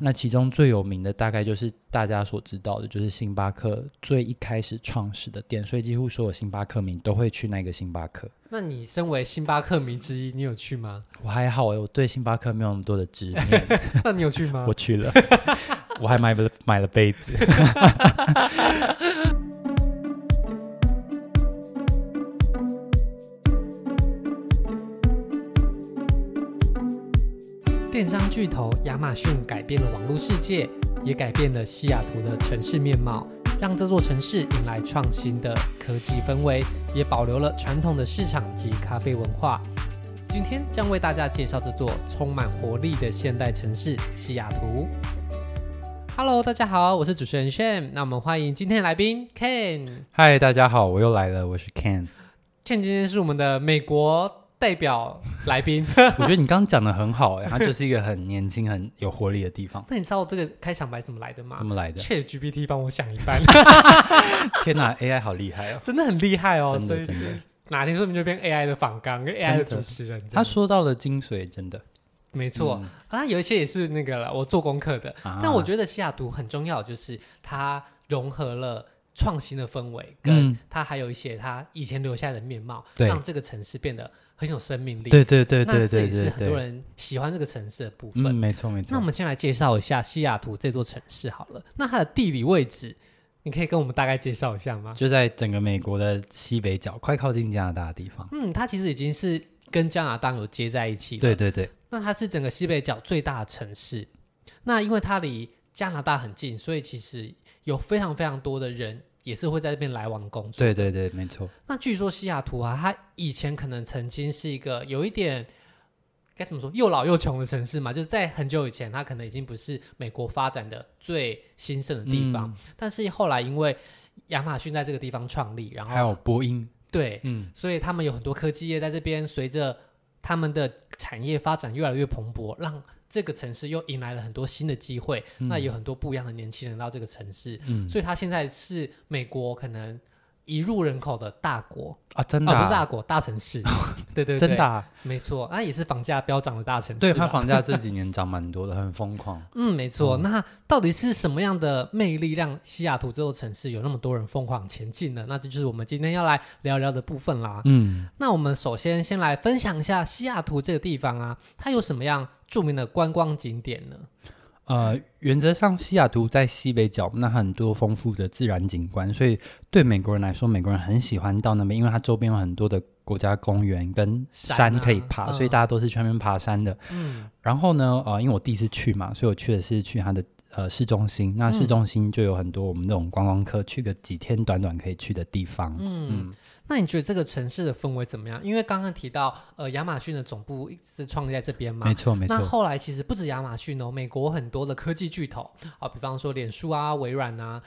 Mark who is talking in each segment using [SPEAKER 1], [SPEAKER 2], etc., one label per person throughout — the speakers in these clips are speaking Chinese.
[SPEAKER 1] 那其中最有名的大概就是大家所知道的，就是星巴克最一开始创始的店，所以几乎所有星巴克迷都会去那个星巴克。
[SPEAKER 2] 那你身为星巴克迷之一，你有去吗？
[SPEAKER 1] 我还好、欸，我对星巴克没有那么多的执念，
[SPEAKER 2] 那你有去吗
[SPEAKER 1] 我？去 了，我还买了买了杯子。
[SPEAKER 2] 电商巨头亚马逊改变了网络世界，也改变了西雅图的城市面貌，让这座城市迎来创新的科技氛围，也保留了传统的市场及咖啡文化。今天将为大家介绍这座充满活力的现代城市——西雅图。Hello，大家好，我是主持人 Sham。那我们欢迎今天的来宾 Ken。
[SPEAKER 1] 嗨，大家好，我又来了，我是 Ken。
[SPEAKER 2] Ken 今天是我们的美国代表来宾。
[SPEAKER 1] 我觉得你刚刚讲的很好、欸，哎，它就是一个很年轻、很有活力的地方。
[SPEAKER 2] 那你知道这个开场白怎么来的吗
[SPEAKER 1] 怎么来的？
[SPEAKER 2] ？Chat GPT 帮我想一 半，
[SPEAKER 1] 天哪，AI 好厉害哦！
[SPEAKER 2] 真的很厉害哦。
[SPEAKER 1] 真
[SPEAKER 2] 所
[SPEAKER 1] 的
[SPEAKER 2] 以
[SPEAKER 1] 真的，
[SPEAKER 2] 哪天说不定就变 AI 的访纲跟 AI 的主持人。
[SPEAKER 1] 他
[SPEAKER 2] 真的
[SPEAKER 1] 说到了精髓，真的。
[SPEAKER 2] 没错、啊，有一些也是那个了我做功课的、
[SPEAKER 1] 啊
[SPEAKER 2] 但我觉得西雅图很重要，就是它融合了。创新的氛围，
[SPEAKER 1] 嗯
[SPEAKER 2] 跟它还有一些它以前留下来的面貌，
[SPEAKER 1] 对
[SPEAKER 2] 让这个城市变得很有生命力。
[SPEAKER 1] 对对对对
[SPEAKER 2] 那这
[SPEAKER 1] 对
[SPEAKER 2] 也是
[SPEAKER 1] 对
[SPEAKER 2] 很多
[SPEAKER 1] 对，
[SPEAKER 2] 人喜欢这个城市的部分。
[SPEAKER 1] 嗯，没错没错。
[SPEAKER 2] 那我们先来介绍一下西雅图这座城市好了。那它的地理位置，你可以跟我们大概介绍一下吗？
[SPEAKER 1] 就在整个美国的西北角，快靠近加拿大的地方。
[SPEAKER 2] 嗯，它其实已经是跟加拿大有接在一起了。
[SPEAKER 1] 对，对对，
[SPEAKER 2] 那它是整个西北角最大的城市。那因为它离加拿大很近，所以其实有非常非常多的人也是会在这边来往工作。
[SPEAKER 1] 对对对，没错。
[SPEAKER 2] 那据说西雅图啊，它以前可能曾经是一个有一点该怎么说又老又穷的城市嘛，就是在很久以前，它可能已经不是美国发展的最兴盛的地方。但是后来因为亚马逊在这个地方创立，然
[SPEAKER 1] 还
[SPEAKER 2] 后
[SPEAKER 1] 有波音，
[SPEAKER 2] 对，
[SPEAKER 1] 嗯，
[SPEAKER 2] 所以他们有很多科技业在这边，随着他们的产业发展越来越蓬勃，让这个城市又迎来了很多新的机会。那有很多不一样的年轻人到这个城市，
[SPEAKER 1] 嗯
[SPEAKER 2] 所以它现在是美国可能移入人口的大国。
[SPEAKER 1] 啊，真的
[SPEAKER 2] 哦，不是
[SPEAKER 1] 啊、
[SPEAKER 2] 大国，大 城市，对对对，
[SPEAKER 1] 真的、啊，
[SPEAKER 2] 没错，那也是房价飙涨的大城市。
[SPEAKER 1] 对，它，房价这几年涨蛮多的，很疯狂。
[SPEAKER 2] 嗯，没错。那到底是什么样的魅力让西雅图这座城市有那么多人疯狂前进呢？那这就是我们今天要来聊聊的部分啦。
[SPEAKER 1] 嗯，
[SPEAKER 2] 那我们首先先来分享一下西雅图这个地方啊，它有什么样著名的观光景点呢？
[SPEAKER 1] 呃，原则上西雅图在西北角，那很多丰富的自然景观，所以对美国人来说，美国人很喜欢到那边，因为它周边有很多的国家公园跟
[SPEAKER 2] 山
[SPEAKER 1] 山
[SPEAKER 2] 啊
[SPEAKER 1] 可以爬，所以
[SPEAKER 2] 嗯
[SPEAKER 1] 大家都是去那边爬山的。
[SPEAKER 2] 嗯，
[SPEAKER 1] 然后呢，呃，因为我第一次去嘛，所以我去的是去它的呃市中心。
[SPEAKER 2] 嗯
[SPEAKER 1] 那市中心就有很多我们这种观光客去个几天，短短可以去的地方。
[SPEAKER 2] 嗯那你觉得这个城市的氛围怎么样？因为刚刚提到，呃，亚马逊的总部一直创立在这边嘛，
[SPEAKER 1] 没错没
[SPEAKER 2] 那
[SPEAKER 1] 错，
[SPEAKER 2] 后来其实不止亚马逊哦，美国很多的科技巨头啊，比方说脸书啊、微软啊，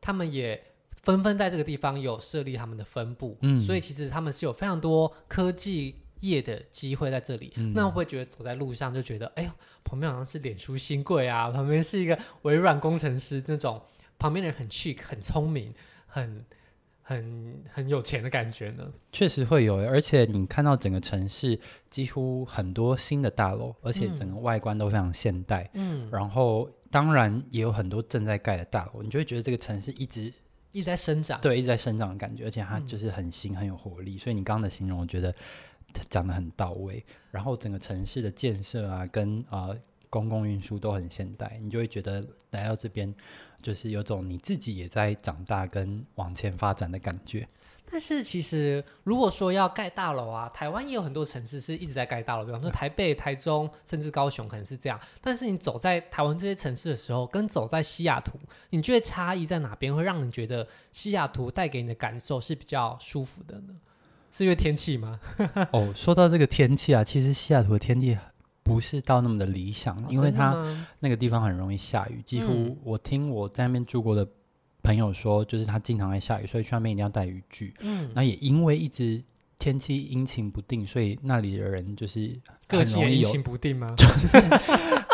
[SPEAKER 2] 他们也纷纷在这个地方有设立他们的分部。
[SPEAKER 1] 嗯
[SPEAKER 2] 所以其实他们是有非常多科技业的机会在这里。
[SPEAKER 1] 嗯
[SPEAKER 2] 那会不会觉得走在路上就觉得，哎呦，旁边好像是脸书新贵啊，旁边是一个微软工程师那种，旁边的人很 chic、很聪明、很很很有钱的感觉呢？
[SPEAKER 1] 确实会有耶，而且你看到整个城市几乎很多新的大楼，而且整个外观都非常现代。
[SPEAKER 2] 嗯，
[SPEAKER 1] 然后当然也有很多正在盖的大楼，你就会觉得这个城市一直
[SPEAKER 2] 一直在生长。
[SPEAKER 1] 对一直在生长的感觉，而且它
[SPEAKER 2] 嗯
[SPEAKER 1] 就是很新、很有活力。所以你刚刚的形容，我觉得讲的很到位。然后整个城市的建设啊，跟呃公共运输都很现代，你就会觉得来到这边就是有种你自己也在长大跟往前发展的感 觉。
[SPEAKER 2] 但是其实，如果说要盖大楼啊，台湾也有很多城市是一直在盖大楼，比方说台北、台中，甚至高雄，可能是这样。但是你走在台湾这些城市的时候，跟走在西雅图，你觉得差异在哪边？会让你觉得西雅图带给你的感受是比较舒服的呢？是因为天气吗？
[SPEAKER 1] 哦，说到这个天气啊，其实西雅图的天气不是到那么的理想，因为它
[SPEAKER 2] 哦真的吗
[SPEAKER 1] 那个地方很容易下雨，几乎
[SPEAKER 2] 嗯
[SPEAKER 1] 我听我在那边住过的朋友说，就是他经常在下雨，所以去那边一定要带雨具。
[SPEAKER 2] 嗯，
[SPEAKER 1] 那也因为一直天气阴晴不定，所以那里的人就是
[SPEAKER 2] 个
[SPEAKER 1] 很
[SPEAKER 2] 性
[SPEAKER 1] 容
[SPEAKER 2] 也
[SPEAKER 1] 易
[SPEAKER 2] 阴
[SPEAKER 1] 有
[SPEAKER 2] 晴不定吗？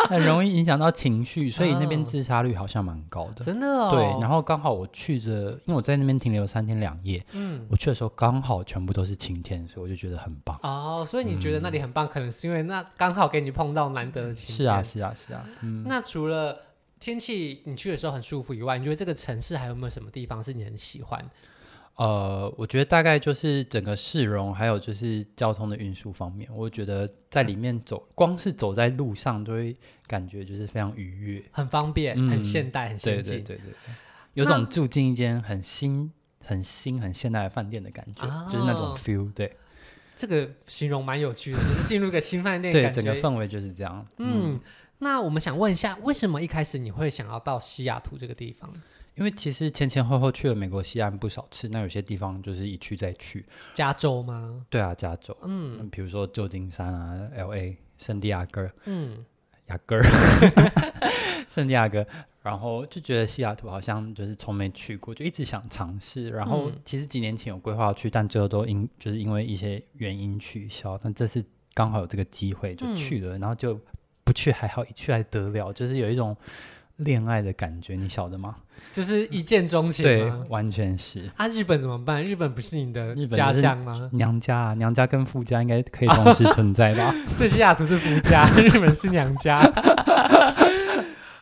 [SPEAKER 1] 很容易影响到情绪，所以那边
[SPEAKER 2] 哦
[SPEAKER 1] 自杀率好像蛮高的。
[SPEAKER 2] 真的哦。
[SPEAKER 1] 对，然
[SPEAKER 2] 后
[SPEAKER 1] 后刚好我去的，因为我在那边停留三天两夜，
[SPEAKER 2] 嗯，
[SPEAKER 1] 我去的时候刚好全部都是晴天，所以我就觉得很棒。
[SPEAKER 2] 哦，所以你觉得那里很棒，可能是因为那刚好给你碰到难得的晴天。
[SPEAKER 1] 是啊，是啊，是啊，嗯，
[SPEAKER 2] 那除了天气你去的时候很舒服以外，你觉得这个城市还有没有什么地方是你很喜欢？
[SPEAKER 1] 呃，我觉得大概就是整个市容，还有就是交通的运输方面，我觉得在里面走，光是走在路上都会感觉就是非常愉悦。
[SPEAKER 2] 很方便，
[SPEAKER 1] 嗯
[SPEAKER 2] 很现代，很
[SPEAKER 1] 对
[SPEAKER 2] 先
[SPEAKER 1] 对
[SPEAKER 2] 进。
[SPEAKER 1] 对对，对有种住进一间很新、很新、很现代的饭店的感觉，就是那种
[SPEAKER 2] 哦
[SPEAKER 1] feel。对
[SPEAKER 2] 这个形容蛮有趣的，就是进入一个新饭 店，
[SPEAKER 1] 对，
[SPEAKER 2] 感
[SPEAKER 1] 整个
[SPEAKER 2] 觉
[SPEAKER 1] 氛围就是这样。
[SPEAKER 2] 嗯。那我们想问一下，为什么一开始你会想要到西雅图这个地方？
[SPEAKER 1] 因为其实前前后后去了美国西岸不少次，那有些地方就是一去再去。
[SPEAKER 2] 加州吗？
[SPEAKER 1] 对啊，加州，
[SPEAKER 2] 嗯
[SPEAKER 1] 嗯，比如说旧金山啊、L A、圣地亚哥、啊
[SPEAKER 2] 嗯，
[SPEAKER 1] 雅哥、 圣地亚哥，然后就觉得西雅图好像就是从没去过，就一直想尝试。然后
[SPEAKER 2] 嗯
[SPEAKER 1] 其实几年前有规划要去，但最后都因就是因为一些原因取消。但这次刚好有这个机会就去
[SPEAKER 2] 嗯
[SPEAKER 1] 了，然后就不去还好，一去还得了，就是有一种恋爱的感觉，你晓得吗？
[SPEAKER 2] 就是一见钟情
[SPEAKER 1] 对，
[SPEAKER 2] 吗？
[SPEAKER 1] 完全是。
[SPEAKER 2] 啊，日本怎么办？日本不是你的
[SPEAKER 1] 日本
[SPEAKER 2] 家
[SPEAKER 1] 就是
[SPEAKER 2] 乡吗？
[SPEAKER 1] 娘家啊，娘家跟夫家应该可以同时存在 吧？
[SPEAKER 2] 所以西雅图是夫 家，日本是娘家。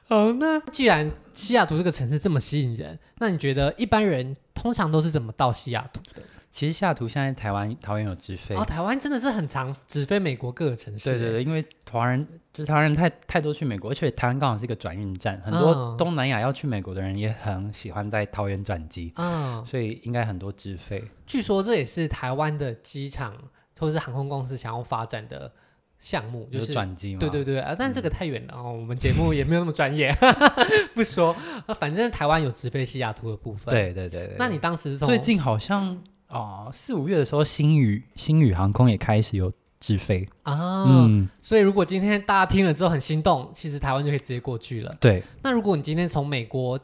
[SPEAKER 2] 哦，那既然西雅图这个城市这么吸引人，那你觉得一般人通常都是怎么到西雅图的？
[SPEAKER 1] 其实西雅图现在台湾桃园有直飞，
[SPEAKER 2] 哦，台湾真的是很常直飞美国各个城市。
[SPEAKER 1] 对对对，因为华人就是台湾人太太多去美国，而且台湾刚好是一个转运站，很
[SPEAKER 2] 嗯
[SPEAKER 1] 多东南亚要去美国的人也很喜欢在桃园转机，
[SPEAKER 2] 嗯，
[SPEAKER 1] 所以应该很多直飞。
[SPEAKER 2] 据说这也是台湾的机场或是航空公司想要发展的项目，就
[SPEAKER 1] 有
[SPEAKER 2] 是
[SPEAKER 1] 转机嘛？
[SPEAKER 2] 对对对啊，但这个太远了哦，我们节目也没有那么专业， 不说。啊，反正台湾有直飞西雅图的部分。，
[SPEAKER 1] 嗯对对对对。
[SPEAKER 2] 那你当时是从
[SPEAKER 1] 最近好像哦四五月的时候，星宇星宇航空也开始有直飞，
[SPEAKER 2] 啊，
[SPEAKER 1] 嗯，
[SPEAKER 2] 所以如果今天大家听了之后很心动，其实台湾就可以直接过去了。
[SPEAKER 1] 对，
[SPEAKER 2] 那如果你今天从美国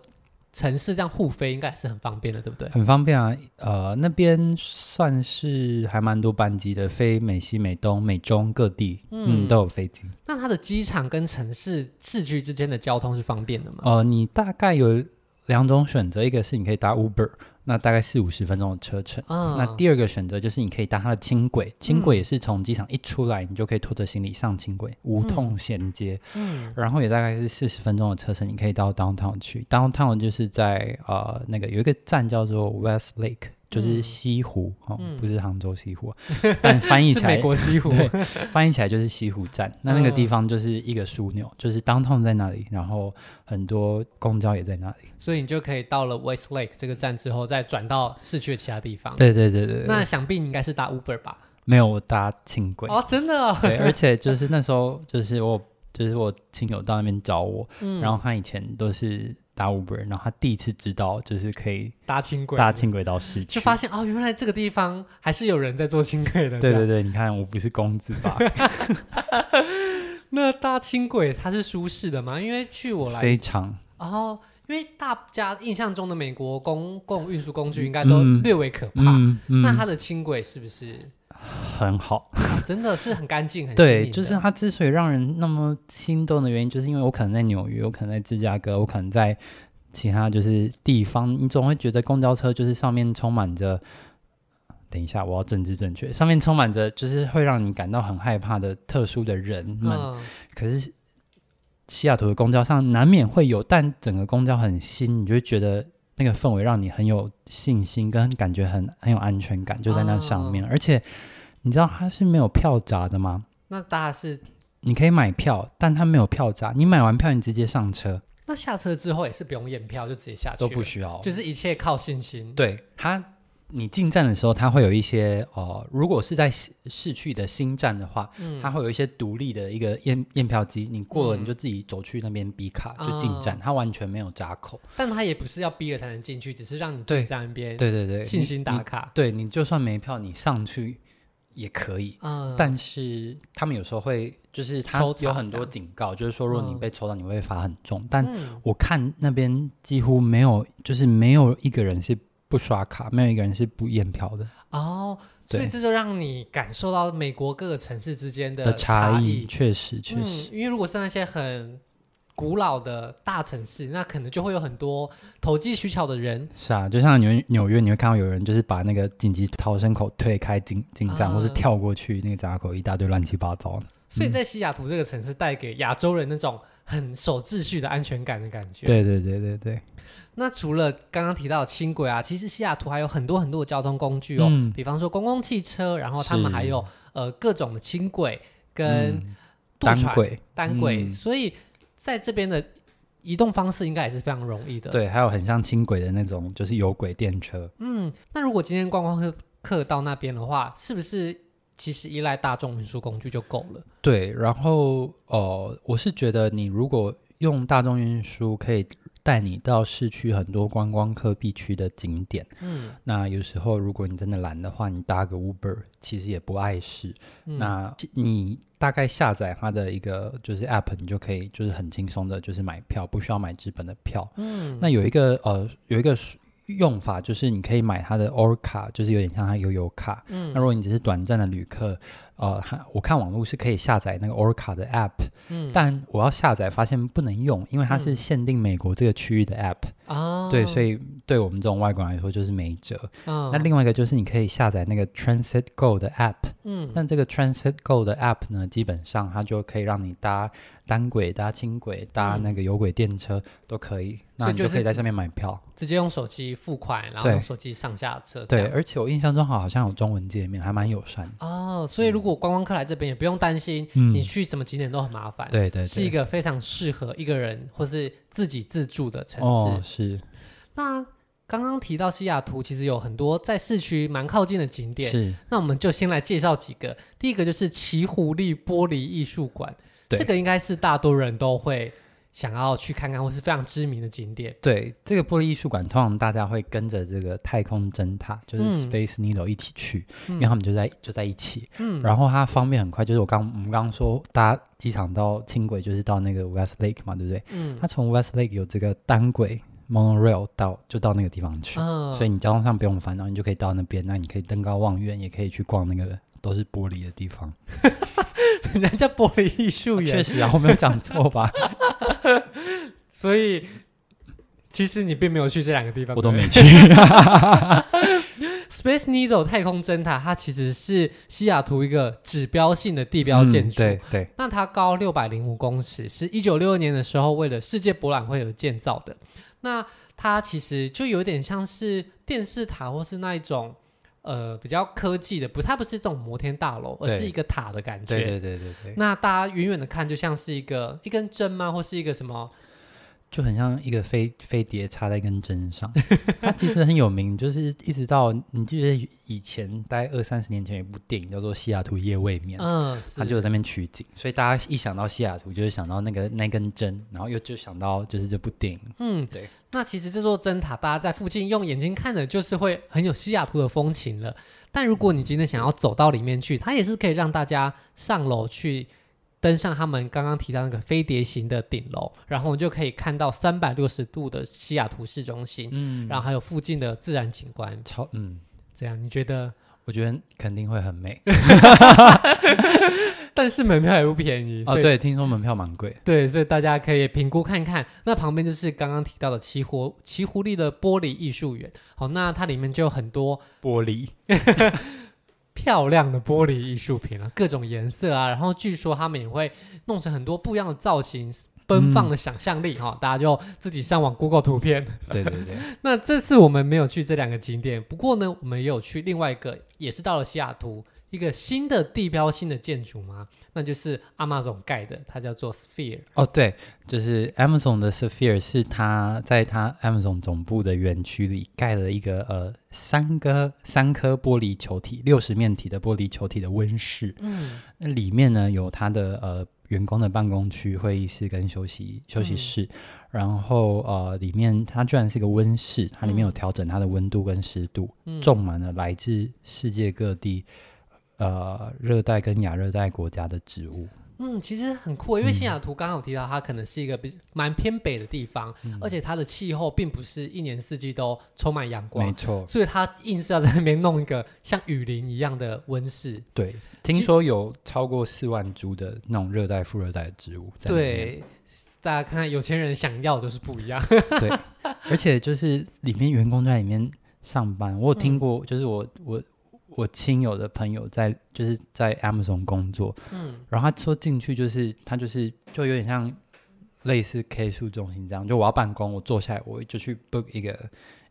[SPEAKER 2] 城市这样互飞，应该也是很方便的，对不对？
[SPEAKER 1] 很方便啊。呃，那边算是还蛮多班机的，飞美西、美东、美中各地，
[SPEAKER 2] 嗯
[SPEAKER 1] 嗯，都有飞机。
[SPEAKER 2] 那它的机场跟城市市区之间的交通是方便的吗？
[SPEAKER 1] 呃，你大概有两种选择，一个是你可以搭 Uber，那大概四五十分钟的车程。
[SPEAKER 2] 啊
[SPEAKER 1] 哦那第二个选择就是你可以搭它的轻
[SPEAKER 2] 嗯
[SPEAKER 1] 轨，轻轨也是从机场一出来，你就可以拖着行李上轻轨，无痛衔接，
[SPEAKER 2] 嗯
[SPEAKER 1] 然后也大概是四十分钟的车程，你可以到 downtown 去。downtown 就是在呃那个有一个站叫做 West Lake，就是
[SPEAKER 2] 嗯
[SPEAKER 1] 西湖、哦
[SPEAKER 2] 嗯，
[SPEAKER 1] 不是杭州西湖，但翻译
[SPEAKER 2] 是
[SPEAKER 1] 起来
[SPEAKER 2] 美国西湖，
[SPEAKER 1] 对翻译起来就是西湖站。那那个地
[SPEAKER 2] 嗯
[SPEAKER 1] 方就是一个枢纽，就是 downtown 在那里，然后很多公交也在那里。
[SPEAKER 2] 所以你就可以到了 West Lake 这个站之后，再转到市区的其他地方。
[SPEAKER 1] 对对对对，对
[SPEAKER 2] 那想必你应该是搭 Uber 吧？
[SPEAKER 1] 没有我搭轻轨，
[SPEAKER 2] 哦，真的哦、
[SPEAKER 1] 对，而且就是那时候就是我就是我亲友到那边找我，
[SPEAKER 2] 嗯
[SPEAKER 1] 然后他以前都是搭 Uber，然后他第一次知道就是可以
[SPEAKER 2] 搭轻轨，
[SPEAKER 1] 搭轻轨到市区
[SPEAKER 2] 就。发现哦，原来这个地方还是有人在做轻轨的。
[SPEAKER 1] 对
[SPEAKER 2] 这样
[SPEAKER 1] 对对，你看我不是公子 吧？
[SPEAKER 2] 那搭轻轨它是舒适的吗？因为据我来，
[SPEAKER 1] 非常
[SPEAKER 2] 然后哦因为大家印象中的美国公共运输工具应该都
[SPEAKER 1] 嗯
[SPEAKER 2] 略微可怕，
[SPEAKER 1] 嗯
[SPEAKER 2] 那
[SPEAKER 1] 嗯，
[SPEAKER 2] 它的轻轨是不是、
[SPEAKER 1] 很好。
[SPEAKER 2] 啊真的是很干净、很细腻
[SPEAKER 1] 对，
[SPEAKER 2] 的
[SPEAKER 1] 就是它之所以让人那么心动的原因，就是因为我可能在纽约，我可能在芝加哥，我可能在其他就是地方，你总会觉得公交车就是上面充满着。等一下，我要政治正确。上面充满着就是会让你感到很害怕的特殊的人们，
[SPEAKER 2] 嗯
[SPEAKER 1] 可是西雅图的公交上难免会有，但整个公交很新，你就会觉得那个氛围让你很有信心，跟感觉很很有安全感，就在那上
[SPEAKER 2] 嗯
[SPEAKER 1] 面。而且你知道它是没有票闸的吗？
[SPEAKER 2] 那大家是
[SPEAKER 1] 你可以买票，但它没有票闸。你买完票，你直接上车
[SPEAKER 2] 那下车之后也是不用验票就直接下去
[SPEAKER 1] 都
[SPEAKER 2] 了，
[SPEAKER 1] 不需要。
[SPEAKER 2] 就是一切靠信心。
[SPEAKER 1] 对它，你进站的时候，它会有一些呃，如果是在市市区的新站的话，
[SPEAKER 2] 嗯，
[SPEAKER 1] 它会有一些独立的一个验验票机，你过了
[SPEAKER 2] 嗯
[SPEAKER 1] 你就自己走去那边比卡、就进站，它完全没有闸口。
[SPEAKER 2] 但它也不是要逼了才能进去，只是让你自己
[SPEAKER 1] 对
[SPEAKER 2] 在那边
[SPEAKER 1] 对对对，
[SPEAKER 2] 信
[SPEAKER 1] 你
[SPEAKER 2] 心
[SPEAKER 1] 你
[SPEAKER 2] 打卡。
[SPEAKER 1] 对你就算没票，你上去也可以。
[SPEAKER 2] 嗯，
[SPEAKER 1] 但是他们有时候会，就是他
[SPEAKER 2] 抽查
[SPEAKER 1] 有很
[SPEAKER 2] 这
[SPEAKER 1] 多
[SPEAKER 2] 样
[SPEAKER 1] 警告，就是说如果你
[SPEAKER 2] 嗯
[SPEAKER 1] 被抽到，你会罚很重。但
[SPEAKER 2] 嗯
[SPEAKER 1] 我看那边几乎没有，就是没有一个人是不刷卡，没有一个人是不验票的
[SPEAKER 2] 哦，所以
[SPEAKER 1] 对
[SPEAKER 2] 这就让你感受到美国各个城市之间
[SPEAKER 1] 的
[SPEAKER 2] 差
[SPEAKER 1] 异，确实确
[SPEAKER 2] 嗯，
[SPEAKER 1] 实，
[SPEAKER 2] 因为如果是那些很古老的大城市，那可能就会有很多投机取巧的人。
[SPEAKER 1] 是啊，就像纽纽约，你会看到有人就是把那个紧急逃生口推开进进站，或是
[SPEAKER 2] 啊
[SPEAKER 1] 跳过去那个闸口，一大堆乱七八糟的。
[SPEAKER 2] 所以在西雅图这个城市，带给亚洲人那种很守秩序的安全感的感觉。，
[SPEAKER 1] 对对对对对，
[SPEAKER 2] 那除了刚刚提到的轻轨啊，其实西雅图还有很多很多的交通工具哦，
[SPEAKER 1] 嗯
[SPEAKER 2] 比方说公共汽车，然后他们
[SPEAKER 1] 是
[SPEAKER 2] 还有呃各种的轻轨跟
[SPEAKER 1] 嗯
[SPEAKER 2] 渡
[SPEAKER 1] 单
[SPEAKER 2] 船、
[SPEAKER 1] 轨
[SPEAKER 2] 单轨，
[SPEAKER 1] 嗯
[SPEAKER 2] 所以在这边的移动方式应该也是非常容易的。，
[SPEAKER 1] 对，还有很像轻轨的那种，就是有轨电车。
[SPEAKER 2] 嗯，那如果今天观光客客到那边的话，是不是其实依赖大众运输工具就够了？
[SPEAKER 1] 对，然后呃，我是觉得你如果用大众运输，可以带你到市区很多观光客必去的景点。
[SPEAKER 2] 嗯，
[SPEAKER 1] 那有时候如果你真的懒的话，你搭个 Uber 其实也不碍事。
[SPEAKER 2] 嗯
[SPEAKER 1] 那你大概下载它的一个就是 App，你就可以就是很轻松的，就是买票，不需要买纸本的票。
[SPEAKER 2] 嗯，
[SPEAKER 1] 那有一个呃有一个用法就是你可以买它的 OR 卡，就是有点像它悠游卡。
[SPEAKER 2] 嗯
[SPEAKER 1] 那如果你只是短暂的旅客，呃，它我看网络是可以下载那个 Orca 的 app，、
[SPEAKER 2] 嗯
[SPEAKER 1] 但我要下载发现不能用，因为它是
[SPEAKER 2] 嗯
[SPEAKER 1] 限定美国这个区域的 app，、
[SPEAKER 2] 啊，
[SPEAKER 1] 对，所以对我们这种外国人来说就是没辙。
[SPEAKER 2] 嗯
[SPEAKER 1] 那另外一个就是你可以下载那个 Transit Go 的 app，
[SPEAKER 2] 嗯
[SPEAKER 1] 那这个 Transit Go 的 app 呢，基本上它就可以让你搭单轨、搭轻轨、搭
[SPEAKER 2] 嗯
[SPEAKER 1] 那个有轨电车都可以，
[SPEAKER 2] 所
[SPEAKER 1] 那
[SPEAKER 2] 以
[SPEAKER 1] 你
[SPEAKER 2] 就
[SPEAKER 1] 就可
[SPEAKER 2] 是
[SPEAKER 1] 以在
[SPEAKER 2] 只
[SPEAKER 1] 上面买票。
[SPEAKER 2] 直接用手机付款，然后
[SPEAKER 1] 对
[SPEAKER 2] 用手机上下车。这
[SPEAKER 1] 对，
[SPEAKER 2] 样
[SPEAKER 1] 而且我印象中好像有中文界面，还蛮友善的。
[SPEAKER 2] 哦，所以如果观光客来这边，也不用担心
[SPEAKER 1] 嗯
[SPEAKER 2] 你去什么景点都很麻烦。，
[SPEAKER 1] 对对对，
[SPEAKER 2] 是一个非常适合一个人或是自己自助的城
[SPEAKER 1] 哦
[SPEAKER 2] 市。
[SPEAKER 1] 是。
[SPEAKER 2] 那刚刚提到西雅图，其实有很多在市区蛮靠近的景点。
[SPEAKER 1] 是，
[SPEAKER 2] 那我们就先来介绍几个。第一个就是奇狐狸玻璃艺术馆，
[SPEAKER 1] 对
[SPEAKER 2] 这个应该是大多人都会想要去看看，或是非常知名的景点。
[SPEAKER 1] 对这个玻璃艺术馆，通常大家会跟着这个太空侦探，就是
[SPEAKER 2] 嗯
[SPEAKER 1] Space Needle 一起去，因为
[SPEAKER 2] 嗯
[SPEAKER 1] 他们就在就在一起。
[SPEAKER 2] 嗯
[SPEAKER 1] 然后它方便很快，就是我刚我们刚刚说搭机场到轻轨，就是到那个 West Lake 嘛，对不对？
[SPEAKER 2] 嗯
[SPEAKER 1] 它从 West Lake 有这个单轨 monorail 到就到那个地方去，
[SPEAKER 2] 嗯
[SPEAKER 1] 所以你交通上不用烦恼，你就可以到那边。那你可以登高望远，也可以去逛那个都是玻璃的地方。
[SPEAKER 2] 人家叫玻璃艺术园，
[SPEAKER 1] 确实啊，我没有讲错 吧？
[SPEAKER 2] 所以其实你并没有去这两个地方，
[SPEAKER 1] 我都
[SPEAKER 2] 对不
[SPEAKER 1] 没
[SPEAKER 2] 对。
[SPEAKER 1] 去。
[SPEAKER 2] Space Needle 太空侦塔，它其实是西雅图一个指标性的地标建
[SPEAKER 1] 嗯
[SPEAKER 2] 筑。
[SPEAKER 1] 对对，
[SPEAKER 2] 那它高六百零五公尺，是一九六二年的时候为了世界博览会而建造的。那它其实就有点像是电视塔，或是那一种呃比较科技的，不，它不是这种摩天大楼，而
[SPEAKER 1] 对
[SPEAKER 2] 是一个塔的感觉。
[SPEAKER 1] 对对对对对。
[SPEAKER 2] 那大家远远的看，就像是一个一根针吗，或是一个什么？
[SPEAKER 1] 就很像一个飞飞碟插在一根针 上，它其实很有名，就是一直到你记得以前大概二三十年前有一部电影叫做《西雅图夜未眠》，
[SPEAKER 2] 嗯，是
[SPEAKER 1] 它就有在那边取景，所以大家一想到西雅图，就是想到那个那根针，然后又就想到就是这部电影，
[SPEAKER 2] 嗯，
[SPEAKER 1] 对。
[SPEAKER 2] 那其实这座灯塔，大家在附近用眼睛看的，就是会很有西雅图的风情了。但如果你今天想要走到里面去，它也是可以让大家上楼去登上他们刚刚提到那个飞碟型的顶楼，然后你就可以看到三百六十度的西雅图市中心，
[SPEAKER 1] 嗯
[SPEAKER 2] 然后还有附近的自然景观。
[SPEAKER 1] 超嗯，
[SPEAKER 2] 这样你觉得？
[SPEAKER 1] 我觉得肯定会很 美
[SPEAKER 2] 但是门票也不便宜
[SPEAKER 1] 哦。
[SPEAKER 2] 所以
[SPEAKER 1] 对，听说门票蛮贵，
[SPEAKER 2] 对，所以大家可以评估看看。那旁边就是刚刚提到的奇狐奇狐狸的玻璃艺术园。好，那它里面就有很多
[SPEAKER 1] 玻璃
[SPEAKER 2] 漂亮的玻璃艺术品啊，各种颜色啊，然后据说他们也会弄成很多不一样的造型，奔放的想象力哈、大家就自己上网 Google 图片。
[SPEAKER 1] 对对对，
[SPEAKER 2] 那这次我们没有去这两个景点，不过呢，我们也有去另外一个，也是到了西雅图一个新的地标性的建筑嘛，那就是阿玛总盖的，它叫做 Sphere。
[SPEAKER 1] 哦对，就是 Amazon 的 Sphere 是它在它 Amazon 总部的园区里盖了一个呃三个三颗玻璃球体六十面体的玻璃球体的温室，
[SPEAKER 2] 嗯
[SPEAKER 1] 那里面呢有它的呃员工的办公区、会议室跟休息休息
[SPEAKER 2] 嗯
[SPEAKER 1] 室，然后呃里面它居然是个温室，它里面有调整它的温度跟湿度，
[SPEAKER 2] 嗯
[SPEAKER 1] 种满了来自世界各地呃热带跟亚热带国家的植物。
[SPEAKER 2] 嗯，其实很酷欸，因为西雅图刚刚有提到，它可能是一个比蛮偏北的地方，而且它的气候并不是一年四季都充满阳
[SPEAKER 1] 没
[SPEAKER 2] 光，
[SPEAKER 1] 错，
[SPEAKER 2] 所以它硬是要在那边弄一个像雨林一样的温室。
[SPEAKER 1] 对，
[SPEAKER 2] 其
[SPEAKER 1] 听说有超过四万株的那种热带、副热带的植物在里面，
[SPEAKER 2] 对，大家看看有钱人想要的就是不 一样。
[SPEAKER 1] 而且就是里面员工在里面上班，我有听
[SPEAKER 2] 嗯
[SPEAKER 1] 过，就是我我我亲友的朋友在就是在 Amazon 工作，
[SPEAKER 2] 嗯，
[SPEAKER 1] 然后他说进去就是他就是就有点像类似 K 数中心这样，就我要办公，我坐下来我就去 book 一个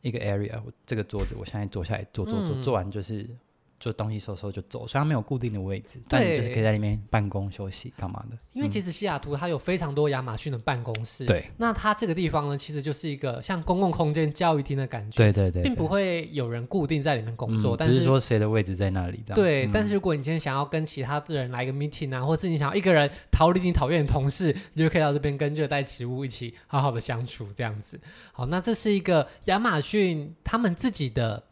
[SPEAKER 1] 一个 area，我这个桌子我现在坐下来坐坐坐，
[SPEAKER 2] 嗯
[SPEAKER 1] 坐完就是就东西收收就走，虽然没有固定的位置，但你就是
[SPEAKER 2] 对
[SPEAKER 1] 可以在里面办公休息干嘛的。
[SPEAKER 2] 因为其实西雅图它有非常多亚马逊的办公室，
[SPEAKER 1] 对
[SPEAKER 2] 那它这个地方呢，其实就是一个像公共空间教育厅的感觉，
[SPEAKER 1] 对对对，
[SPEAKER 2] 并不
[SPEAKER 1] 对
[SPEAKER 2] 会有人固定在里面工作，
[SPEAKER 1] 嗯、
[SPEAKER 2] 但
[SPEAKER 1] 只
[SPEAKER 2] 是
[SPEAKER 1] 是说谁的位置在那里这样。
[SPEAKER 2] 对，
[SPEAKER 1] 嗯
[SPEAKER 2] 但是如果你今天想要跟其他的人来一个 meeting 啊，或是你想要一个人逃离你讨厌的同事，你就可以到这边跟热带植物一起好好的相处，这样子。好，那这是一个亚马逊他们自己的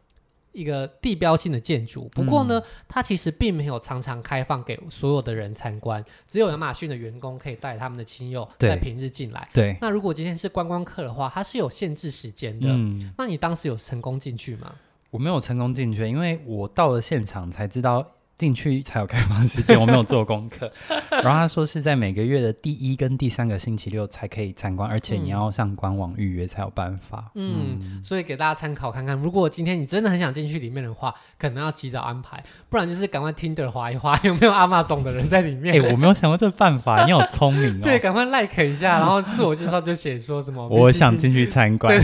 [SPEAKER 2] 一个地标性的建筑，不过
[SPEAKER 1] 嗯
[SPEAKER 2] 呢，它其实并没有常常开放给所有的人参观，只有亚马逊的员工可以带他们的亲友
[SPEAKER 1] 对
[SPEAKER 2] 在平日进来。
[SPEAKER 1] 对，
[SPEAKER 2] 那如果今天是观光客的话，它是有限制时间的。
[SPEAKER 1] 嗯，
[SPEAKER 2] 那你当时有成功进去吗？
[SPEAKER 1] 我没有成功进去，因为我到了现场才知道进去才有开放时间，我没有做功 课。然后他说是在每个月的第一跟第三个星期六才可以参观，而且
[SPEAKER 2] 嗯
[SPEAKER 1] 你要上官网预约才有办法。嗯，
[SPEAKER 2] 嗯，所以给大家参考看看。如果今天你真的很想进去里面的话，可能要及早安排，不然就是赶快 Tinder 划一划，有没有阿玛总的人在里面。
[SPEAKER 1] 哎、我没有想过这办 法，你好聪明哦。
[SPEAKER 2] 对，，赶快 like 一下，然后自我介绍就写 说什么
[SPEAKER 1] 我想
[SPEAKER 2] VCT
[SPEAKER 1] 进去参观，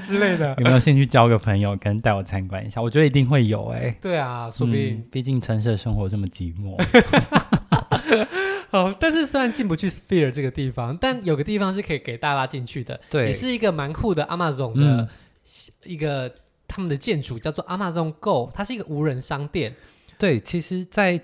[SPEAKER 2] 之类 的。
[SPEAKER 1] 有没有兴趣交个朋友，跟带我参观一下？我觉得一定会有哎、
[SPEAKER 2] 对啊，说不定
[SPEAKER 1] 嗯、毕竟城市的生活这么寂寞。
[SPEAKER 2] 哦。但是虽然进不去 Sphere 这个地方，但有个地方是可以给大家进去的，也
[SPEAKER 1] 对，
[SPEAKER 2] 是一个蛮酷的 Amazon
[SPEAKER 1] 嗯
[SPEAKER 2] 的一个、他们的建筑叫做 Amazon Go，它是一个无人商店。
[SPEAKER 1] 对，其实在，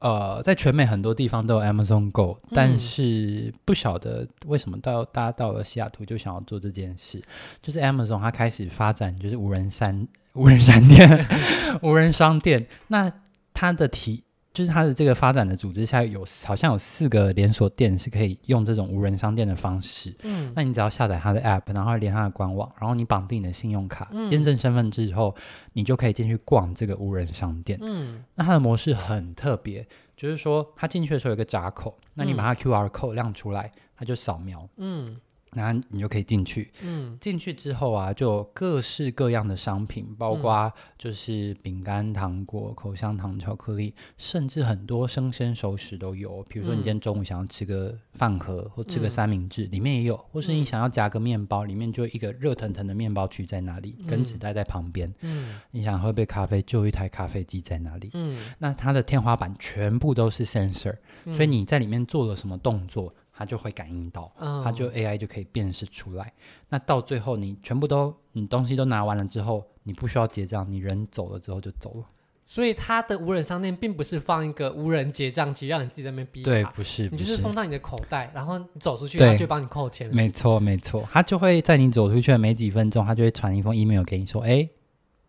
[SPEAKER 1] 呃，在全美很多地方都有 Amazon Go，、但
[SPEAKER 2] 嗯
[SPEAKER 1] 是不晓得为什么到大家到了西雅图就想要做这件事，就是 Amazon 它开始发展就是无人山无人商店 无人商店，那它的提。就是它的这个发展的组织下有好像有四个连锁店是可以用这种无人商店的方式，
[SPEAKER 2] 嗯，
[SPEAKER 1] 那你只要下载它的 app，然后连它的官网，然后你绑定你的信用卡，
[SPEAKER 2] 嗯
[SPEAKER 1] 验证身份之后，你就可以进去逛这个无人商店。
[SPEAKER 2] 嗯
[SPEAKER 1] 那它的模式很特别，就是说它进去的时候有一个闸口，那你把它 QR code 亮出来，它就扫描，
[SPEAKER 2] 嗯
[SPEAKER 1] 然后你就可以进去。
[SPEAKER 2] 嗯
[SPEAKER 1] 进去之后啊，就有各式各样的商品，包
[SPEAKER 2] 嗯
[SPEAKER 1] 括就是饼干、糖果、口香糖、巧克力，甚至很多生鲜熟食都有。比如说你
[SPEAKER 2] 嗯
[SPEAKER 1] 今天中午想要吃个饭盒或吃
[SPEAKER 2] 嗯
[SPEAKER 1] 个三明治，里面也有；或是
[SPEAKER 2] 嗯
[SPEAKER 1] 你想要夹个面包，里面就有一个热腾腾的面包区在那里，
[SPEAKER 2] 嗯
[SPEAKER 1] 跟纸袋在旁边。
[SPEAKER 2] 嗯
[SPEAKER 1] 你想喝杯咖啡，就有一台咖啡机在那里。
[SPEAKER 2] 嗯，
[SPEAKER 1] 那它的天花板全部都是 sensor，、
[SPEAKER 2] 嗯
[SPEAKER 1] 所以你在里面做了什么动作，它就会感应到，
[SPEAKER 2] 嗯
[SPEAKER 1] 它就 AI 就可以辨识出来。那到最后你全部都你东西都拿完了之后，你不需要结账，你人走了之后就走了。
[SPEAKER 2] 所以它的无人商店并不是放一个无人结账机，让你自己在那边逼
[SPEAKER 1] 对，
[SPEAKER 2] 卡，
[SPEAKER 1] 不是，
[SPEAKER 2] 你
[SPEAKER 1] 不
[SPEAKER 2] 就是放到你的口袋，然后你走出去，
[SPEAKER 1] 对
[SPEAKER 2] 它就帮你扣钱了。
[SPEAKER 1] 没错，没错，它就会在你走出去的没几分钟，它就会传一封 email 给你说，哎，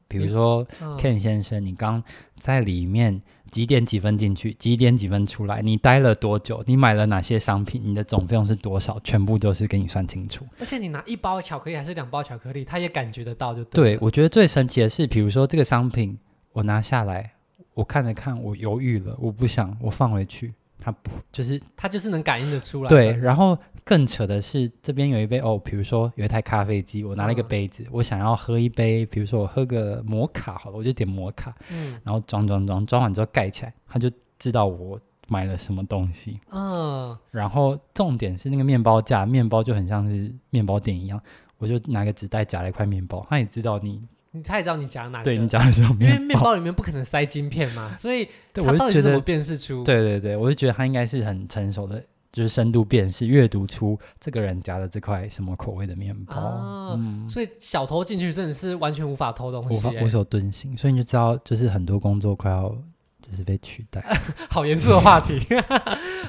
[SPEAKER 1] 比如说
[SPEAKER 2] 嗯
[SPEAKER 1] Ken 先生，你刚在里面几点几分进去，几点几分出来？你待了多久？你买了哪些商品？你的总费用是多少？全部都是给你算清楚。
[SPEAKER 2] 而且你拿一包巧克力还是两包巧克力，它也感觉得到，就
[SPEAKER 1] 对
[SPEAKER 2] 了，
[SPEAKER 1] 我觉得最神奇的是，比如说这个商品，我拿下来，我看了看，我犹豫了，我不想，我放回去。它不就是
[SPEAKER 2] 它就是能感应得出来。
[SPEAKER 1] 对，，然后更扯的是，这边有一杯哦，比如说有一台咖啡机，我拿了一个
[SPEAKER 2] 嗯
[SPEAKER 1] 杯子，我想要喝一杯，比如说我喝个摩卡好了，我就点摩卡，
[SPEAKER 2] 嗯
[SPEAKER 1] 然后装装装装完之后盖起来，他就知道我买了什么东西。
[SPEAKER 2] 嗯，
[SPEAKER 1] 然后重点是那个面包架，面包就很像是面包店一样，我就拿个纸袋夹了一块面包，他也知道你
[SPEAKER 2] 你它也知道你夹哪个，
[SPEAKER 1] 对你夹的什么
[SPEAKER 2] 因为面
[SPEAKER 1] 包。
[SPEAKER 2] 包里面不可能塞晶片嘛，所以
[SPEAKER 1] 对，
[SPEAKER 2] 它
[SPEAKER 1] 我
[SPEAKER 2] 到
[SPEAKER 1] 就
[SPEAKER 2] 底
[SPEAKER 1] 觉
[SPEAKER 2] 怎么
[SPEAKER 1] 得，
[SPEAKER 2] 辨识出？
[SPEAKER 1] 对对对，我就觉得他应该是很成熟的，就是深度辨识、阅读出这个人夹的这块什么口味的面包。
[SPEAKER 2] 啊
[SPEAKER 1] 嗯，
[SPEAKER 2] 所以小偷进去真的是完全无法偷东
[SPEAKER 1] 无
[SPEAKER 2] 西
[SPEAKER 1] 法
[SPEAKER 2] 耶、
[SPEAKER 1] 无所遁形，所以你就知道，就是很多工作快要就是被取代。
[SPEAKER 2] 好严肃的话题。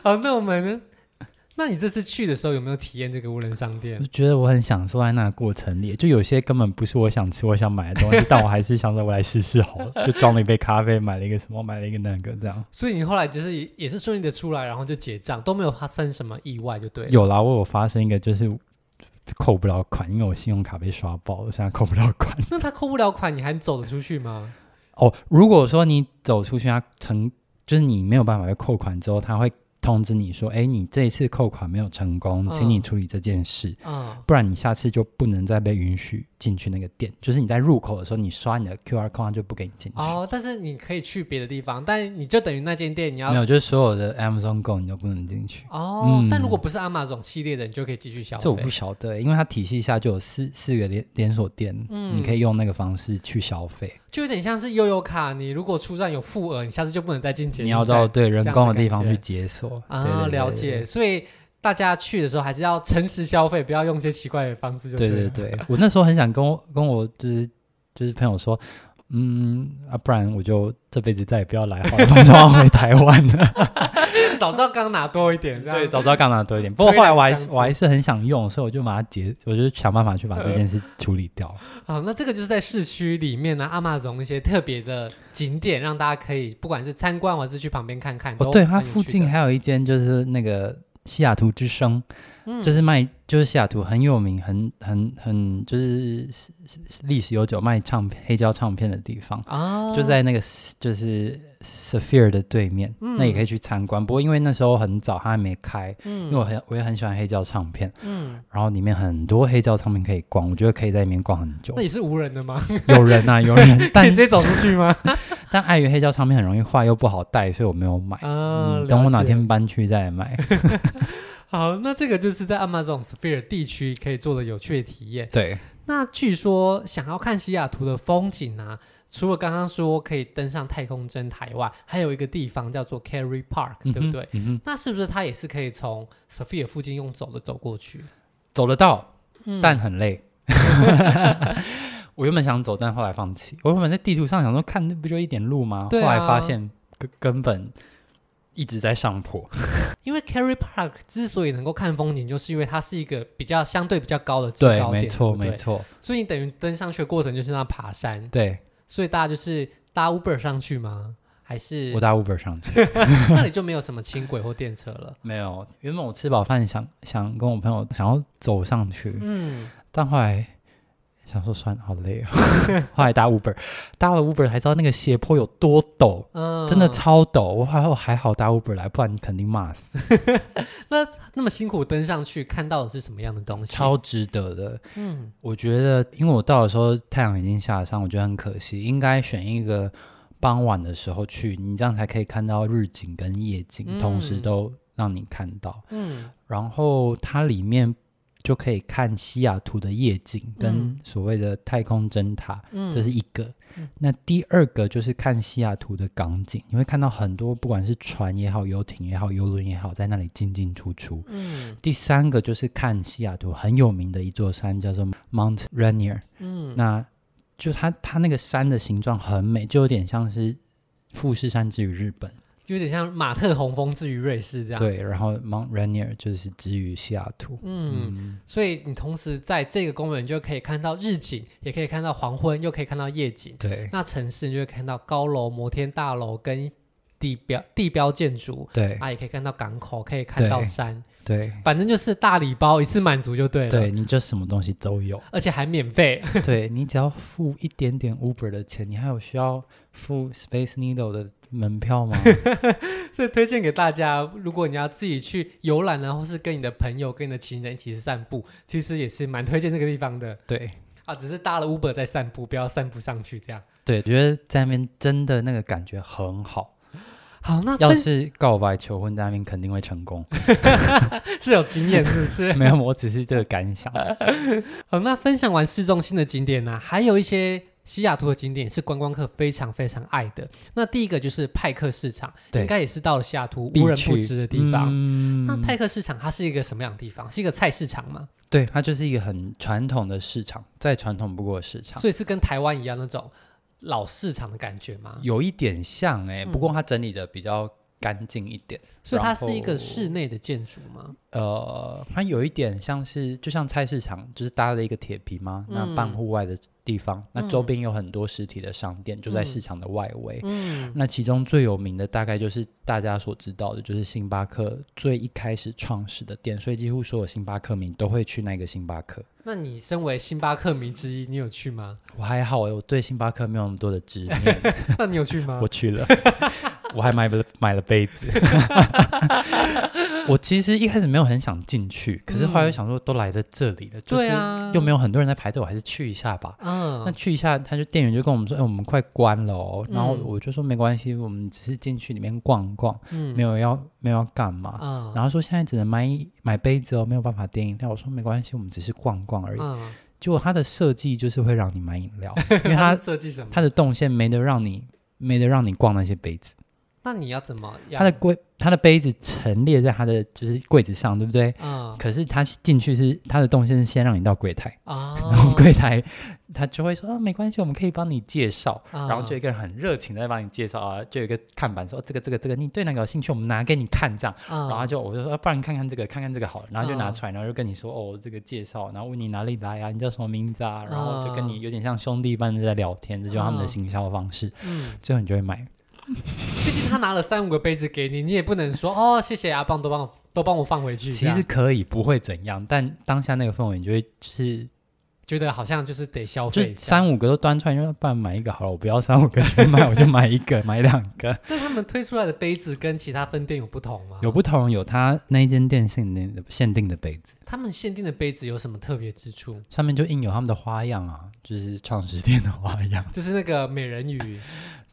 [SPEAKER 2] 好，那我们那你这次去的时候有没有体验这个无人商店
[SPEAKER 1] 我？觉得我很享受在那个过程里，就有些根本不是我想吃、我想买的东西，但我还是想说我来试试好了，就装了一杯咖啡，买了一个什么，买了一个那个，这样。
[SPEAKER 2] 所以你后来就是也也是顺利的出来，然后就结账，都没有发生什么意外，就对了。
[SPEAKER 1] 有啦，我有发生一个就是扣不了款，因为我信用卡被刷爆了，现在扣不了款。
[SPEAKER 2] 那他扣不了款，你还走得出去吗？
[SPEAKER 1] 哦，如果说你走出去，它成就是你没有办法被扣款之后，它会通知你说，哎，你这一次扣款没有成功，请你
[SPEAKER 2] 嗯
[SPEAKER 1] 处理这件事。
[SPEAKER 2] 啊、
[SPEAKER 1] 不然你下次就不能再被允许进去那个店，就是你在入口的时候，你刷你的 QR code 它就不给你进去。
[SPEAKER 2] 哦，但是你可以去别的地方，但你就等于那间店你要
[SPEAKER 1] 没有，就是所有的 Amazon Go 你都不能进去。
[SPEAKER 2] 哦、
[SPEAKER 1] 嗯
[SPEAKER 2] 但如果不是阿玛总系列的，你就可以继续消
[SPEAKER 1] 这我
[SPEAKER 2] 费
[SPEAKER 1] 不。晓得，因为它体系下就有四四个连连锁店，
[SPEAKER 2] 嗯
[SPEAKER 1] 你可以用那个方式去消费。
[SPEAKER 2] 就有点像是悠游卡，你如果出站有付额，你下次就不能再进捷运
[SPEAKER 1] 你要
[SPEAKER 2] 站
[SPEAKER 1] 到对人工的地方
[SPEAKER 2] 这样
[SPEAKER 1] 去
[SPEAKER 2] 的
[SPEAKER 1] 解锁对
[SPEAKER 2] 啊，
[SPEAKER 1] 对对
[SPEAKER 2] 了
[SPEAKER 1] 对
[SPEAKER 2] 解。所以大家去的时候还是要诚实消费，不要用一些奇怪的方式就
[SPEAKER 1] 对
[SPEAKER 2] 对
[SPEAKER 1] 对
[SPEAKER 2] 了
[SPEAKER 1] 对，我那时候很想跟我跟我就是就是朋友说，嗯啊，不然我就这辈子再也不要来好了，反正我要回台湾了。
[SPEAKER 2] 早知道刚拿多一点，这样
[SPEAKER 1] 对，早知道干嘛多一点。不过
[SPEAKER 2] 啊推
[SPEAKER 1] 后来我还是
[SPEAKER 2] 两箱子
[SPEAKER 1] 我还是很想用，所以我就把它解，我就想办法去把这件事处理掉。
[SPEAKER 2] 好，那这个就是在市区里面呢、阿玛总一些特别的景点，让大家可以不管是参观或者是去旁边看看。
[SPEAKER 1] 哦
[SPEAKER 2] 都，
[SPEAKER 1] 对，
[SPEAKER 2] 蛮
[SPEAKER 1] 它
[SPEAKER 2] 有
[SPEAKER 1] 附
[SPEAKER 2] 趣
[SPEAKER 1] 近
[SPEAKER 2] 的
[SPEAKER 1] 还有一间就是那个西雅图之声，
[SPEAKER 2] 嗯
[SPEAKER 1] 就是卖就是西雅图很有名，很很很就是历史悠久卖唱片黑胶唱片的地方。
[SPEAKER 2] 啊，
[SPEAKER 1] 就在那个就是 Sphere 的对面，
[SPEAKER 2] 嗯
[SPEAKER 1] 那也可以去参观。不过因为那时候很早，它还没开，因为
[SPEAKER 2] 嗯
[SPEAKER 1] 我很我也很喜欢黑胶唱片，
[SPEAKER 2] 嗯，
[SPEAKER 1] 然后里面很多黑胶唱片可以逛，我觉得可以在里面逛很久
[SPEAKER 2] 那。也是无人的吗？
[SPEAKER 1] 有人啊，有 人，
[SPEAKER 2] 可以
[SPEAKER 1] 但
[SPEAKER 2] 直接走出 去吗？
[SPEAKER 1] 但碍于黑胶唱片很容易坏，又不好带，所以我没有买。
[SPEAKER 2] 啊，
[SPEAKER 1] 嗯，等我
[SPEAKER 2] 了
[SPEAKER 1] 哪
[SPEAKER 2] 解
[SPEAKER 1] 天搬去再买。
[SPEAKER 2] 好，那这个就是在 Amazon Sphere 地区可以做的有趣的体验。
[SPEAKER 1] 对，
[SPEAKER 2] 那据说想要看西雅图的风景啊，除了刚刚说可以登上太空针台外，还有一个地方叫做 Carry Park，、
[SPEAKER 1] 嗯
[SPEAKER 2] 对不
[SPEAKER 1] 哼
[SPEAKER 2] 对？？
[SPEAKER 1] 嗯哼，
[SPEAKER 2] 那是不是它也是可以从 Sphere 附近用走的走过去？
[SPEAKER 1] 走得到，
[SPEAKER 2] 嗯
[SPEAKER 1] 但很累。 我原本想走，但后来放弃。我原本在地图上想说，看那不就一点路吗？
[SPEAKER 2] 对啊
[SPEAKER 1] 后来发现根根本一直在上坡。
[SPEAKER 2] 因为 Carry Park 之所以能够看风景，就是因为它是一个比较相对比较高的制
[SPEAKER 1] 对，
[SPEAKER 2] 高点，
[SPEAKER 1] 没错，
[SPEAKER 2] 对不对
[SPEAKER 1] 没。错，
[SPEAKER 2] 所以你等于登上去的过程就是那爬山，
[SPEAKER 1] 对
[SPEAKER 2] 所以大家就是搭 Uber 上去吗？还是
[SPEAKER 1] 我搭 Uber 上去。
[SPEAKER 2] 那里就没有什么轻轨或电 车了？
[SPEAKER 1] 没有，原本我吃饱饭想想跟我朋友想要走上去，
[SPEAKER 2] 嗯，
[SPEAKER 1] 但后来想说算了，好累哦。 后来搭 Uber，搭了 Uber 才知道那个斜坡有多陡，
[SPEAKER 2] 嗯
[SPEAKER 1] 真的超陡。我还好还好搭 Uber 来，不然肯定骂死。
[SPEAKER 2] 那么辛苦登上去，看到的是什么样的东西？
[SPEAKER 1] 超值得的，
[SPEAKER 2] 嗯
[SPEAKER 1] 我觉得，因为我到的时候太阳已经下山，我觉得很可惜，应该选一个傍晚的时候去，你这样才可以看到日景跟夜景，
[SPEAKER 2] 嗯
[SPEAKER 1] 同时都让你看到。
[SPEAKER 2] 嗯
[SPEAKER 1] 然后它里面就可以看西雅图的夜景跟
[SPEAKER 2] 嗯
[SPEAKER 1] 所谓的太空针塔，
[SPEAKER 2] 嗯，
[SPEAKER 1] 这是一个
[SPEAKER 2] 嗯。
[SPEAKER 1] 那第二个就是看西雅图的港景，你会看到很多不管是船也好、游艇也好、游轮也好，在那里进进出出。
[SPEAKER 2] 嗯
[SPEAKER 1] 第三个就是看西雅图很有名的一座山，叫做 Mount Rainier。
[SPEAKER 2] 嗯
[SPEAKER 1] 那就它它那个山的形状很美，就有点像是富士山之于日本，
[SPEAKER 2] 有点像马特洪峰之于瑞士这样。，
[SPEAKER 1] 对。然后 Mount Rainier 就是之于西雅图。
[SPEAKER 2] 嗯，
[SPEAKER 1] 嗯，
[SPEAKER 2] 所以你同时在这个公园就可以看到日景，也可以看到黄昏，又可以看到夜景。
[SPEAKER 1] 对
[SPEAKER 2] 那城市你就会看到高楼、摩天大楼跟地标地标建筑，
[SPEAKER 1] 对
[SPEAKER 2] 啊，也可以看到港口，可以看
[SPEAKER 1] 对
[SPEAKER 2] 到山，
[SPEAKER 1] 对
[SPEAKER 2] 反正就是大礼包一次满足就对了。
[SPEAKER 1] 对，，你就什么东西都 有。
[SPEAKER 2] 而且还免费。
[SPEAKER 1] 对你只要付一点点 Uber 的钱，你还有需要付 Space Needle 的门票 吗？
[SPEAKER 2] 所以推荐给大家，如果你要自己去游览啊，或是跟你的朋友、跟你的情人一起去散步，其实也是蛮推荐这个地方的
[SPEAKER 1] 对。
[SPEAKER 2] 啊。只是搭了 Uber 在散步，不要散步上去这样。
[SPEAKER 1] 对，觉得在那边真的那个感觉很好。
[SPEAKER 2] 好，那
[SPEAKER 1] 要
[SPEAKER 2] 分
[SPEAKER 1] 是告白求婚在那边肯定会成功。
[SPEAKER 2] 是有经验是不是？
[SPEAKER 1] 没有，我只是这个感想。
[SPEAKER 2] 呃好，那分享完市中心的景点呢、还有一些西雅图的景点是观光客非常非常爱的。那第一个就是派克市场，
[SPEAKER 1] 对
[SPEAKER 2] 应该也是到了西雅图
[SPEAKER 1] 必
[SPEAKER 2] 无人
[SPEAKER 1] 去
[SPEAKER 2] 不知的地方。啊
[SPEAKER 1] 嗯
[SPEAKER 2] 那派克市场它是一个什么样的地方？是一个菜市场吗？
[SPEAKER 1] 对，它就是一个很传统的市场，再传统不过的市场，
[SPEAKER 2] 所以是跟台湾一样那种老市场的感觉吗？
[SPEAKER 1] 有一点像哎、
[SPEAKER 2] 嗯
[SPEAKER 1] 不过它整理的比较干净一点。
[SPEAKER 2] 所以它
[SPEAKER 1] 然
[SPEAKER 2] 是一个
[SPEAKER 1] 后
[SPEAKER 2] 室内的建筑吗？
[SPEAKER 1] 呃，它有一点像是，就像菜市场，就是搭了一个铁皮嘛，那半
[SPEAKER 2] 嗯
[SPEAKER 1] 户外的地方，那周边有很多实体的商店，就在市场的外围。
[SPEAKER 2] 嗯，
[SPEAKER 1] 那其中最有名的大概就是大家所知道的，就是星巴克最一开始创始的店，所以几乎所有星巴克迷都会去那个星巴克。
[SPEAKER 2] 那你身为星巴克迷之一，你有 去吗？
[SPEAKER 1] 我还好欸，我对星巴克没有那么多的执念，
[SPEAKER 2] 那你有去吗
[SPEAKER 1] 我？去了， 我还买了买了杯子。 我其实一开始没有很想进去，可是后来又想说，都来到这里了，就是
[SPEAKER 2] 对啊，
[SPEAKER 1] 又没有很多人在排队，我还是去一下吧。那
[SPEAKER 2] 嗯，
[SPEAKER 1] 去一下，他就店员就跟我们说：“哎、我们快关了哦。”然后
[SPEAKER 2] 嗯
[SPEAKER 1] 我就说：“没关系，我们只是进去里面逛逛，
[SPEAKER 2] 嗯
[SPEAKER 1] 没有要没有要干嘛。
[SPEAKER 2] 啊
[SPEAKER 1] 然后说：“现在只能买一买杯子哦，没有办法点饮料。”我说：“没关系，我们只是逛逛而已。
[SPEAKER 2] 嗯，
[SPEAKER 1] 结果它的设计就是会让你买饮 料，因为它
[SPEAKER 2] 是设计什么？
[SPEAKER 1] 它的动线没得让你没得让你逛那些杯子，
[SPEAKER 2] 那你要怎么样？
[SPEAKER 1] 它的柜它的杯子陈列在它的就是柜子上，对不对？
[SPEAKER 2] 嗯
[SPEAKER 1] 可是它进去是它的动线是先让你到柜台。
[SPEAKER 2] 啊，
[SPEAKER 1] 然后柜台他就会说啊，没关系，我们可以帮你介绍。
[SPEAKER 2] 啊
[SPEAKER 1] 然后就有一个人很热情的在帮你介绍啊，就有一个看板说这个这个这个，你对哪个有兴趣，我们拿给你看这样。
[SPEAKER 2] 嗯，
[SPEAKER 1] 然后他就我就说，啊不然看看这个，看看这个好了。然后就
[SPEAKER 2] 啊
[SPEAKER 1] 拿出来，然后就跟你说哦，这个介绍，然后问你哪里来啊，你叫什么名字啊，然后就跟
[SPEAKER 2] 嗯
[SPEAKER 1] 你有点像兄弟般的在聊天，这就是他们
[SPEAKER 2] 啊
[SPEAKER 1] 的行销方式。
[SPEAKER 2] 嗯，
[SPEAKER 1] 最后你就会买，
[SPEAKER 2] 毕竟他拿了三五个杯子给你，你也不能说 哦，谢谢阿棒，都帮我都帮我放回去。
[SPEAKER 1] 其
[SPEAKER 2] 这
[SPEAKER 1] 实
[SPEAKER 2] 样
[SPEAKER 1] 可以不会怎样，但当下那个氛围，你就会就是
[SPEAKER 2] 觉得好像就是得消
[SPEAKER 1] 就
[SPEAKER 2] 费
[SPEAKER 1] 是
[SPEAKER 2] 一下，
[SPEAKER 1] 三五个都端出来，你就说不然买一个好了，我不要三五个全买，我就买一个， 买两个。
[SPEAKER 2] 那他们推出来的杯子跟其他分店有不同吗？
[SPEAKER 1] 有，不同，有它那一间店限定的限定的杯子，
[SPEAKER 2] 他们限定的杯子有什么特别之处？
[SPEAKER 1] 上面就印有他们的花样啊，就是创始店的花样。
[SPEAKER 2] 就是那个美人鱼，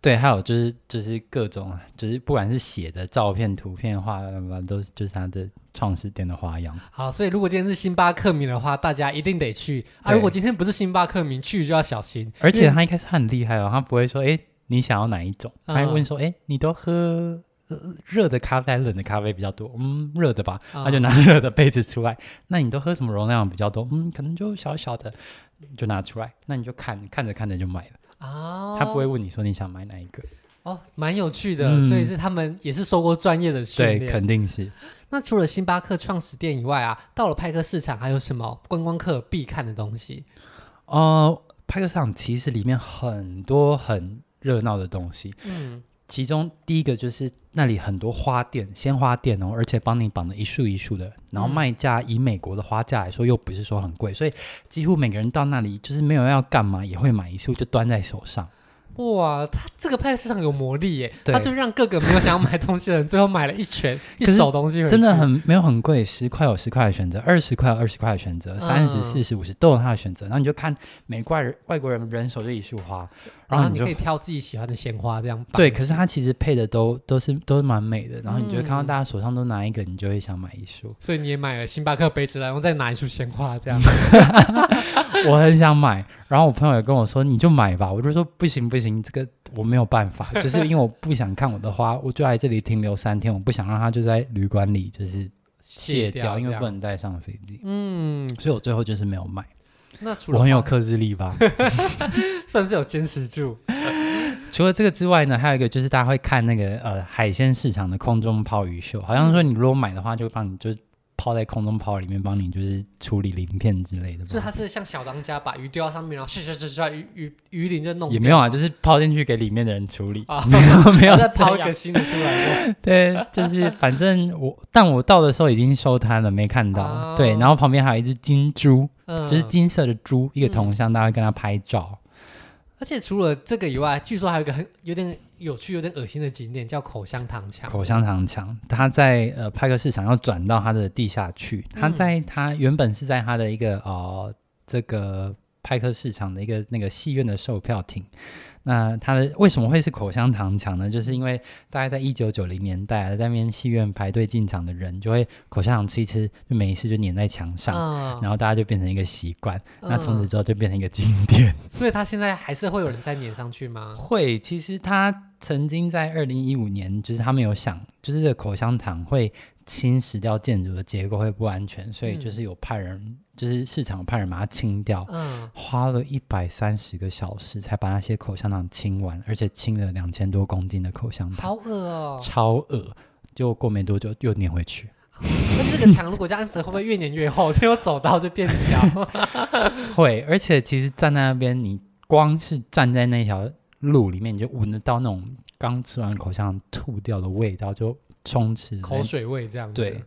[SPEAKER 1] 对，还有就是就是各种，就是不管是写的照片、图片、画什么，都是就是它的创始店的花样。
[SPEAKER 2] 好，所以如果今天是星巴克迷的话，大家一定得去啊！
[SPEAKER 1] 对
[SPEAKER 2] 如果今天不是星巴克迷，去就要小心。
[SPEAKER 1] 而
[SPEAKER 2] 因
[SPEAKER 1] 且
[SPEAKER 2] 为
[SPEAKER 1] 他一开始很厉害哦，他不会说，哎，你想要哪一种？他
[SPEAKER 2] 嗯
[SPEAKER 1] 还问说，哎，你都喝呃热的咖啡还是冷的咖啡比较多？嗯，热的吧。
[SPEAKER 2] 嗯
[SPEAKER 1] 他就拿 热的杯子出来。那你都喝什么容量比较多？嗯，可能就小小的，就拿出来。那你就看看着看着就买了。
[SPEAKER 2] 哦，
[SPEAKER 1] 他不会问你说你想买哪一个，
[SPEAKER 2] 哦，蛮有趣的。
[SPEAKER 1] 嗯
[SPEAKER 2] 所以是他们也是受过专业的训
[SPEAKER 1] 对，
[SPEAKER 2] 练。
[SPEAKER 1] 肯定是。
[SPEAKER 2] 那除了星巴克创始店以外啊，到了派克市场还有什么观光客必看的东西？
[SPEAKER 1] 呃，派克上其实里面很多很热闹的东西，
[SPEAKER 2] 嗯，
[SPEAKER 1] 其中第一个就是那里很多花店，鲜花店哦，而且帮你绑的一束一束的，然后
[SPEAKER 2] 嗯
[SPEAKER 1] 卖价以美国的花价来说又不是说很贵，所以几乎每个人到那里就是没有要干嘛也会买一束，就端在手上。
[SPEAKER 2] 哇，它这个派克市场有魔力耶，
[SPEAKER 1] 对
[SPEAKER 2] 它就让各个没有想要买东西的人，最后买了一全一
[SPEAKER 1] 可是
[SPEAKER 2] 手东西回去，
[SPEAKER 1] 真的很没有很贵，十块有十块的选择，二十块有二十块的选择，三
[SPEAKER 2] 嗯
[SPEAKER 1] 十、四十、五十都有它的选择。然后你就看美国人外国人人手就一束花，
[SPEAKER 2] 然
[SPEAKER 1] 然
[SPEAKER 2] 后
[SPEAKER 1] 后
[SPEAKER 2] 你
[SPEAKER 1] 你就
[SPEAKER 2] 可以挑自己喜欢的鲜花这样摆。
[SPEAKER 1] 对，可是它其实配的都都是都是蛮美的，然后你就会看到
[SPEAKER 2] 嗯
[SPEAKER 1] 大家手上都拿一个，你就会想买一束。
[SPEAKER 2] 所以你也买了星巴克杯子，然后再拿一束鲜花这样。
[SPEAKER 1] 我很想买，然后我朋友也跟我说你就买吧，我就说不行不行，这个我没有办法， 就是因为我不想看我的花，我就来这里停留三天，我不想让它就在旅馆里就是卸掉，因为不
[SPEAKER 2] 问，
[SPEAKER 1] 能带上飞机，
[SPEAKER 2] 嗯，
[SPEAKER 1] 所以我最后就是没有买。
[SPEAKER 2] 那除了
[SPEAKER 1] 我很有
[SPEAKER 2] 花
[SPEAKER 1] 克制力吧。
[SPEAKER 2] 算是有坚 持住
[SPEAKER 1] 除了这个之外呢，还有一个就是大家会看那个呃海鲜市场的空中抛鱼秀，好像说你如果买的话，就会帮你就抛在空中抛里面，帮你就是处理鳞片之类的
[SPEAKER 2] 所以
[SPEAKER 1] 吧。
[SPEAKER 2] 他是像小当家把鱼丢到上面，然后唰唰唰唰鱼鱼鱼鳞就弄
[SPEAKER 1] 也没有啊，就
[SPEAKER 2] 掉
[SPEAKER 1] 是抛进去给里面的人处理，
[SPEAKER 2] 啊
[SPEAKER 1] 没 有没有
[SPEAKER 2] 再
[SPEAKER 1] 这
[SPEAKER 2] 抛一
[SPEAKER 1] 样
[SPEAKER 2] 个新的 出来。
[SPEAKER 1] 对，就是反正我，但我到的时候已经收摊了，没看到。
[SPEAKER 2] 哦
[SPEAKER 1] 对，然后旁边还有一只金猪，
[SPEAKER 2] 嗯
[SPEAKER 1] 就是金色的猪，一个铜像，大家会跟它拍照。
[SPEAKER 2] 而且除了这个以外，据说还有一个很有点有趣、有点恶心的景点，叫口香糖墙。
[SPEAKER 1] 口香糖墙，它在呃派克市场要转到它的地下去。它
[SPEAKER 2] 嗯
[SPEAKER 1] 在呃它原本是在它的一个呃这个派克市场的一个那个戏院的售票亭。那它的为什么会是口香糖墙呢？就是因为大概在一九九零年代啊，在那边戏院排队进场的人就会口香糖吃一吃，就没事就粘在墙上，
[SPEAKER 2] 啊
[SPEAKER 1] 然后大家就变成一个习惯。那从此
[SPEAKER 2] 嗯
[SPEAKER 1] 之后就变成一个经典。
[SPEAKER 2] 所以他现在还是会有人再粘上去吗？
[SPEAKER 1] 会，其实他曾经在二零一五年，就是他们有想，就是这个口香糖会侵蚀掉建筑的结构，会不安全，所以就
[SPEAKER 2] 嗯
[SPEAKER 1] 是有派人，就是市场派人把它清掉，
[SPEAKER 2] 嗯，
[SPEAKER 1] 花了一百三十个小时才把那些口香糖清完，而且清了两千多公斤的口香糖，
[SPEAKER 2] 好恶哦、
[SPEAKER 1] 超恶。结果过没多久又粘回去，
[SPEAKER 2] 但是这个墙如果这样子，会不会越粘越厚？ 最后走到就变小？
[SPEAKER 1] 会。而且其实站在那边，你光是站在那条路里面，你就闻得到那种刚吃完口香糖吐掉的味道，就充斥在
[SPEAKER 2] 口水味这样子。
[SPEAKER 1] 对，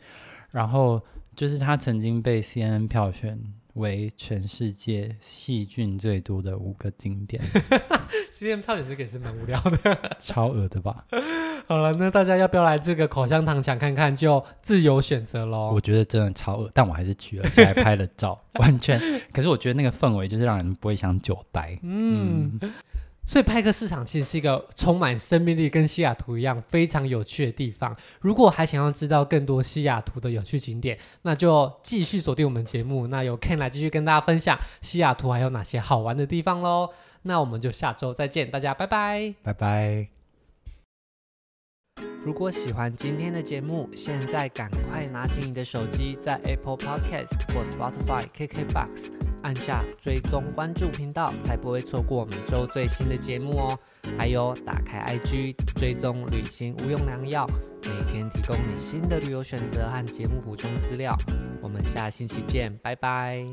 [SPEAKER 1] 然后就是他曾经被 CNN 票选为全世界细菌最多的五个经典，
[SPEAKER 2] 今天票选这个也是蛮无聊的。
[SPEAKER 1] 超恶的吧？
[SPEAKER 2] 好了，那大家要不要来这个口香糖墙看看？就自由选择喽
[SPEAKER 1] 我。觉得真的超恶，但我还是去了，而且还拍了照， 完全。可是我觉得那个氛围就是让人不会想久待。
[SPEAKER 2] 嗯，所以派克市场其实是一个充满生命力，跟西雅图一样非常有趣的地方。如果还想要知道更多西雅图的有趣景点，那就继续锁定我们节目。那由 Ken 来继续跟大家分享西雅图还有哪些好玩的地方喽。那我们就下周再见，大家拜拜。
[SPEAKER 1] 拜拜。
[SPEAKER 2] 如果喜欢今天的节目，现在赶快拿起你的手机，在 Apple Podcast 或 Spotify、KKBox 按下追踪关注频道，才不会错过每周最新的节目哦。还有，打开 IG 追踪旅行无用良药，每天提供你新的旅游选择和节目补充资料。我们下星期见，拜拜。